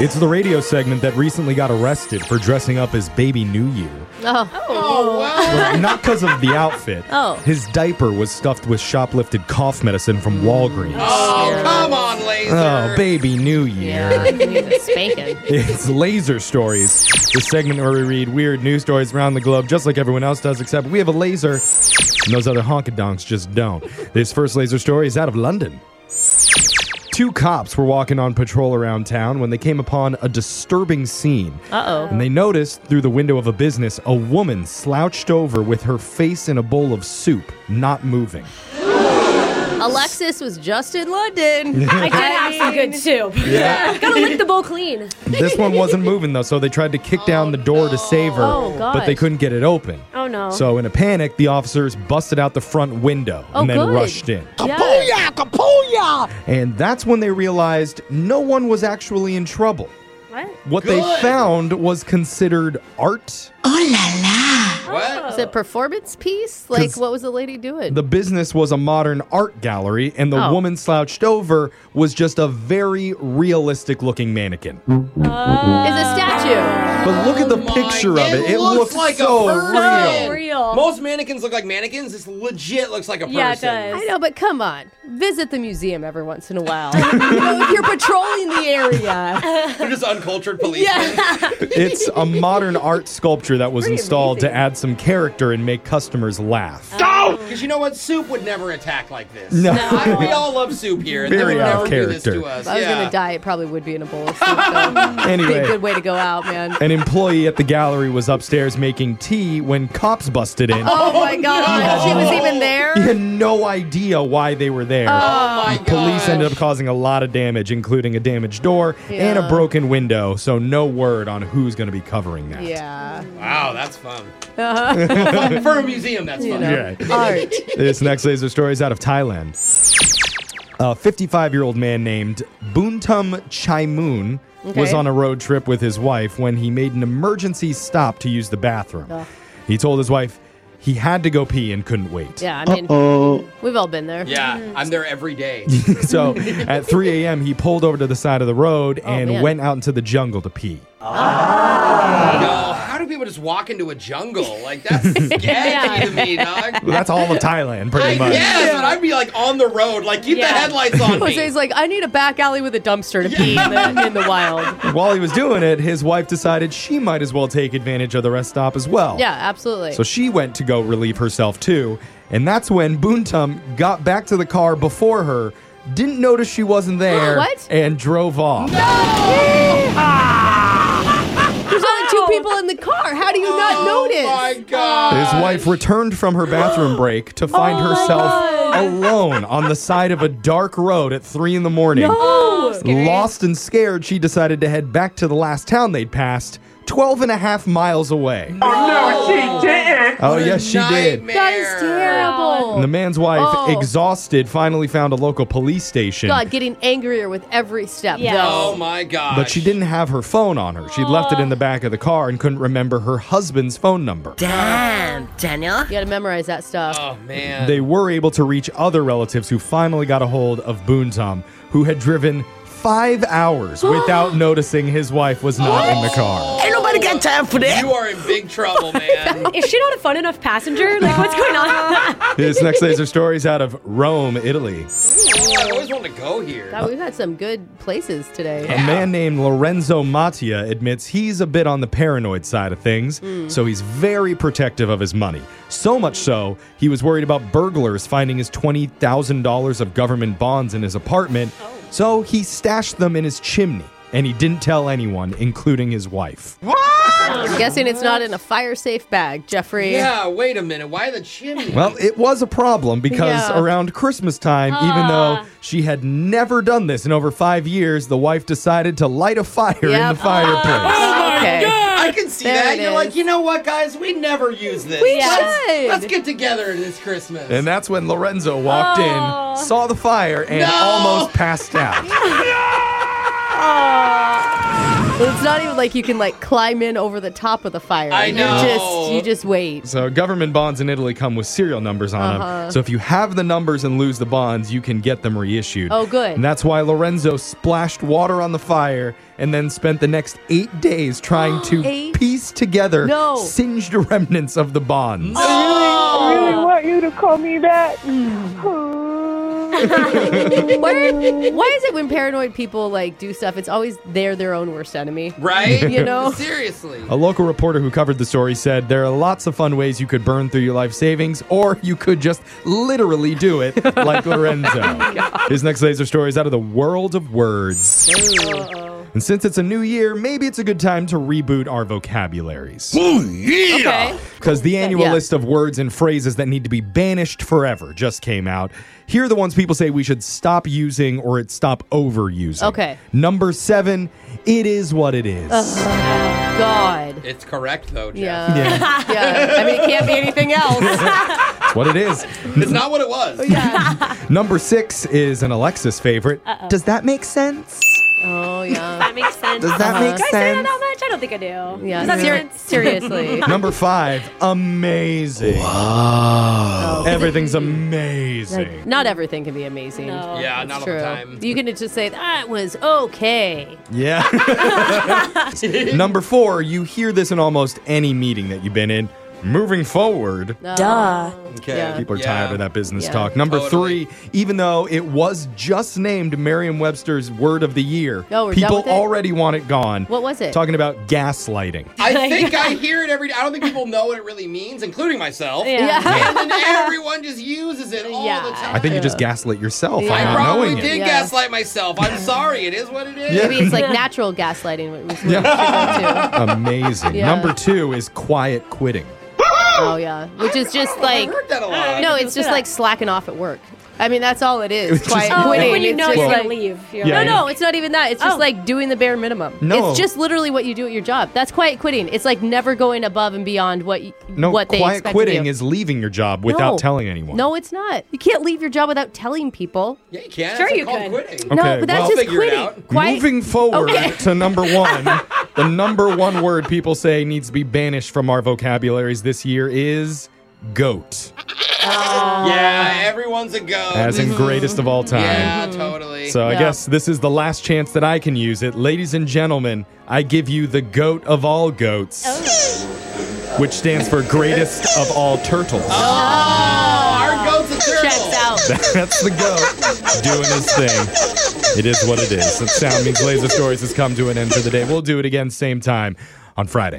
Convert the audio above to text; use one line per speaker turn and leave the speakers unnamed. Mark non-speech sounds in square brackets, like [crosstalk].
It's the radio segment that recently got arrested for dressing up as Baby New Year.
Oh.
But not because of the outfit.
Oh.
His diaper was stuffed with shoplifted cough medicine from Walgreens.
Oh, come on, laser.
Oh, Baby New Year.
Yeah, you need a spanking.
It's Laser Stories, the segment where we read weird news stories around the globe, just like everyone else does, except we have a laser, and those other honka-donks just don't. This first laser story is out of London. Two cops were walking on patrol around town when they came upon a disturbing scene.
Uh oh.
And they noticed through the window of a business a woman slouched over with her face in a bowl of soup, not moving.
Alexis was just in London.
I did have some good soup.
Yeah.
Gotta lick the bowl clean.
this one wasn't
[laughs]
moving though, so they tried to kick down the door to save her,
Oh,
but they
gosh.
couldn't get it open.
Oh, no.
So in a panic, the officers busted out the front window
Oh,
and then
good.
rushed in.
Yeah.
Kapuya!
And that's when they realized no one was actually in trouble.
What?
What they
Good.
found was considered art.
What?
Was it a performance piece? Like,
'Cause
what was the lady doing?
The business was a modern art gallery, and the
Oh.
woman slouched over was just a very realistic looking mannequin.
Is a statue.
But look at the
Oh my-
picture of it.
it
It
looks
looks
like a
so
person.
real.
So real.
Most mannequins look like mannequins. This legit looks like a person.
Yeah, it does.
I know, but come on. Visit the museum every once in a while. you know, if you're patrolling the area.
They're just uncultured policemen. [laughs]
yeah.
It's a modern art sculpture that was
Pretty
installed to
amazing.
add some character and make customers laugh.
Because you know what? Soup would never attack like this.
No.
I- we all love soup here, and
Very
they would
out
never
of
do this
character.
to us.
If I was
yeah.
gonna die, it probably would be in a bowl of
[laughs]
soup. Though. Be a
Anyway,
good way to go out, man.
an employee at the gallery was upstairs making tea when cops busted in.
Oh my god, she was even there.
He [laughs] had no idea why they were there.
Oh
[laughs]
my
Police
gosh.
ended up causing a lot of damage, including a damaged door and a
Yeah.
broken window. So no word on who's going to be covering that.
Yeah.
Wow, that's fun. For a museum, that's fun.
Yeah.
Art.
this next laser story is out of Thailand. A 55 year old man named Buntum Chaimoon was
Okay.
on a road trip with his wife when he made an emergency stop to use the bathroom.
Ugh.
He told his wife he had to go pee and couldn't wait.
Yeah, I mean, we've all been there.
Yeah, I'm there
[laughs]
every
[laughs]
day.
[laughs]
so at 3 a.m., he pulled over to the side of the road and
Oh, man.
went out into the jungle to
[laughs]
pee.
no, how do people just walk into a jungle? Like, that's sketchy to me, dog.
That's all of Thailand,
I
pretty much.
guess, but I'd be like on the road, like keep the
Yeah.
headlights on me.
Jose's like, I need a back alley with a dumpster to pee in the, in the
[laughs]
wild.
While he was doing it, his wife decided she might as well take advantage of the rest stop as well.
Yeah, absolutely. [laughs]
So she went to go relieve herself too, and that's when Boontum got back to the car before her, didn't notice she wasn't there,
[gasps] What?
and drove off.
There's only two people in the car. How do you not notice?
Oh my Oh god.
His wife returned from her
[gasps]
bathroom break to find herself alone on the side of a dark road at three in the morning.
Oh,
Lost and scared, she decided to head back to the last town they'd passed, 12 and a half miles away. Oh, yes, she did.
Nightmare.
that is terrible.
And the man's wife,
Oh.
exhausted, finally found a local police station.
God, getting angrier with every step.
Yeah.
though.
Oh my god.
But she didn't have her phone on her. She'd left it
Oh.
in the back of the car and couldn't remember her husband's phone number.
You gotta memorize that stuff.
Oh man.
They were able to reach other relatives who finally got a hold of Boontom, who had driven five hours without noticing his wife was not in the car.
Ain't nobody got time for that.
you are in big
[laughs]
trouble, man.
Is she not a fun enough passenger? Like, what's going on?
This next laser story is out of Rome, Italy.
Oh, I always wanted to go here.
God, [laughs] we've had some good places today.
A man named Lorenzo Mattia admits he's a bit on the paranoid side of things,
Hmm.
so he's very protective of his money. So much so, he was worried about burglars finding his $20,000 of government bonds in his apartment,
Oh.
so he stashed them in his chimney. And he didn't tell anyone, including his wife.
I'm guessing it's not in a fire safe bag, Jeffrey.
Yeah, wait a minute. Why the chimney?
Well, it was a problem because
Yeah. Ah.
around Christmas time, even though she had never done this in over five years, the wife decided to light a fire in
Yep. Ah.
the fireplace.
Oh
okay.
I can see
There
that.
it
You're
is.
like, you know what, guys? We never use this.
We
let's,
should.
let's get together this Christmas.
And that's when Lorenzo walked
Oh.
in, saw the fire, and
No!
almost passed out.
It's not even like you can like climb in over the top of the fire.
I know.
You just you just
[laughs]
wait.
So government bonds in Italy come with serial numbers on
Uh-huh.
them. So if you have the numbers and lose the bonds, you can get them reissued.
Oh, good.
And that's why Lorenzo splashed water on the fire and then spent the next eight days
[gasps]
trying to
Eight?
piece together
No. Oh,
singed remnants of the bonds.
I really want you to call me back.
why, why is it when paranoid people like do stuff? It's always they're their own worst enemy.
[gasps] Right?
You know?
Seriously.
A local reporter who covered the story said there are lots of fun ways you could burn through your life savings, or you could just literally do it
[laughs]
like
Oh
Lorenzo. His next laser story is out of the world of words. And since it's a new year, maybe it's a good time to reboot our vocabularies.
Okay.
Because the annual
Yeah.
list of words and phrases that need to be banished forever just came out. Here are the ones people say we should stop using or it stop overusing.
Okay.
Number seven, it is what it is.
God.
It's correct though,
Yeah.
Jeff.
Yeah.
Yeah. I mean, it can't be anything
[laughs]
else.
It's what it
[laughs]
is.
It's not what it
Oh,
was.
Number six is an Alexis favorite. Does that make sense?
Oh yeah.
That makes sense.
[laughs] Does that make
Do I say that
sense?
that much? I don't think I do.
Yeah.
Does that
ser-
make sense?
seriously.
Number five, amazing. Ah.
Oh.
Everything's amazing.
Like, not everything can be amazing.
No.
Yeah,
It's
not
Oh, true.
all the time.
You can just say that was okay. [laughs]
Yeah. Number four, you hear this in almost any meeting that you've been in. Moving forward,
Duh.
Okay.
Oh, Yeah.
people are
Yeah.
tired of that business
Yeah.
talk. Number
Totally.
three, even though it was just named Merriam Webster's Word of the Year,
Oh, we're done
people
with it?
already want it gone.
What was it?
Talking about gaslighting.
[laughs] I think I hear it every day. I don't think people know what it really means, including myself.
Yeah.
[laughs] Yeah.
And then everyone just uses it all
Yeah.
the time.
I think you just gaslit yourself
Yeah.
by
I
not
probably
knowing it.
did
Yeah.
gaslight myself. I'm sorry. It is what it is.
Maybe it's like natural gaslighting. What we should
Yeah.
[laughs] go to.
Amazing.
Yeah.
Number two is quiet quitting.
Oh yeah, which is just
I
like
heard that a lot.
no, it's just like slacking off at work. I mean, that's all it is.
It's
Quiet
just-
Oh,
quitting.
like when you
It's
know
just
you're
like-
gonna leave. You're
Yeah.
no,
like-
no, it's not even that. It's just
Oh.
like doing the bare minimum.
No.
it's just literally what you do at your job. That's quiet quitting. It's like never going above and beyond what y-
No,
what they
quiet
expect
quitting
of you.
is leaving your job without
No.
telling anyone.
No, it's not. You can't leave your job without telling people.
Yeah, you can.
Sure
It's
you
called
could.
quitting.
Okay,
no, but that's
well-
just
Figure it
quitting.
out.
Quiet. [laughs]
Moving forward
Okay.
to number
[laughs]
one, the number one word people say needs to be banished from our vocabularies this year is goat, Oh.
Yeah,
Uh,
everyone's a go.
as in greatest of all time.
Yeah, totally.
So I
Mm-hmm. Yeah.
guess this is the last chance that I can use it. Ladies and gentlemen, I give you the goat of all goats,
Oh.
which stands for greatest of all turtles.
our goat's a turtle.
Checks out.
That's the goat doing his thing. It is what it is. And Sound Means Laser Stories has come to an end for the day. We'll do it again same time on Friday.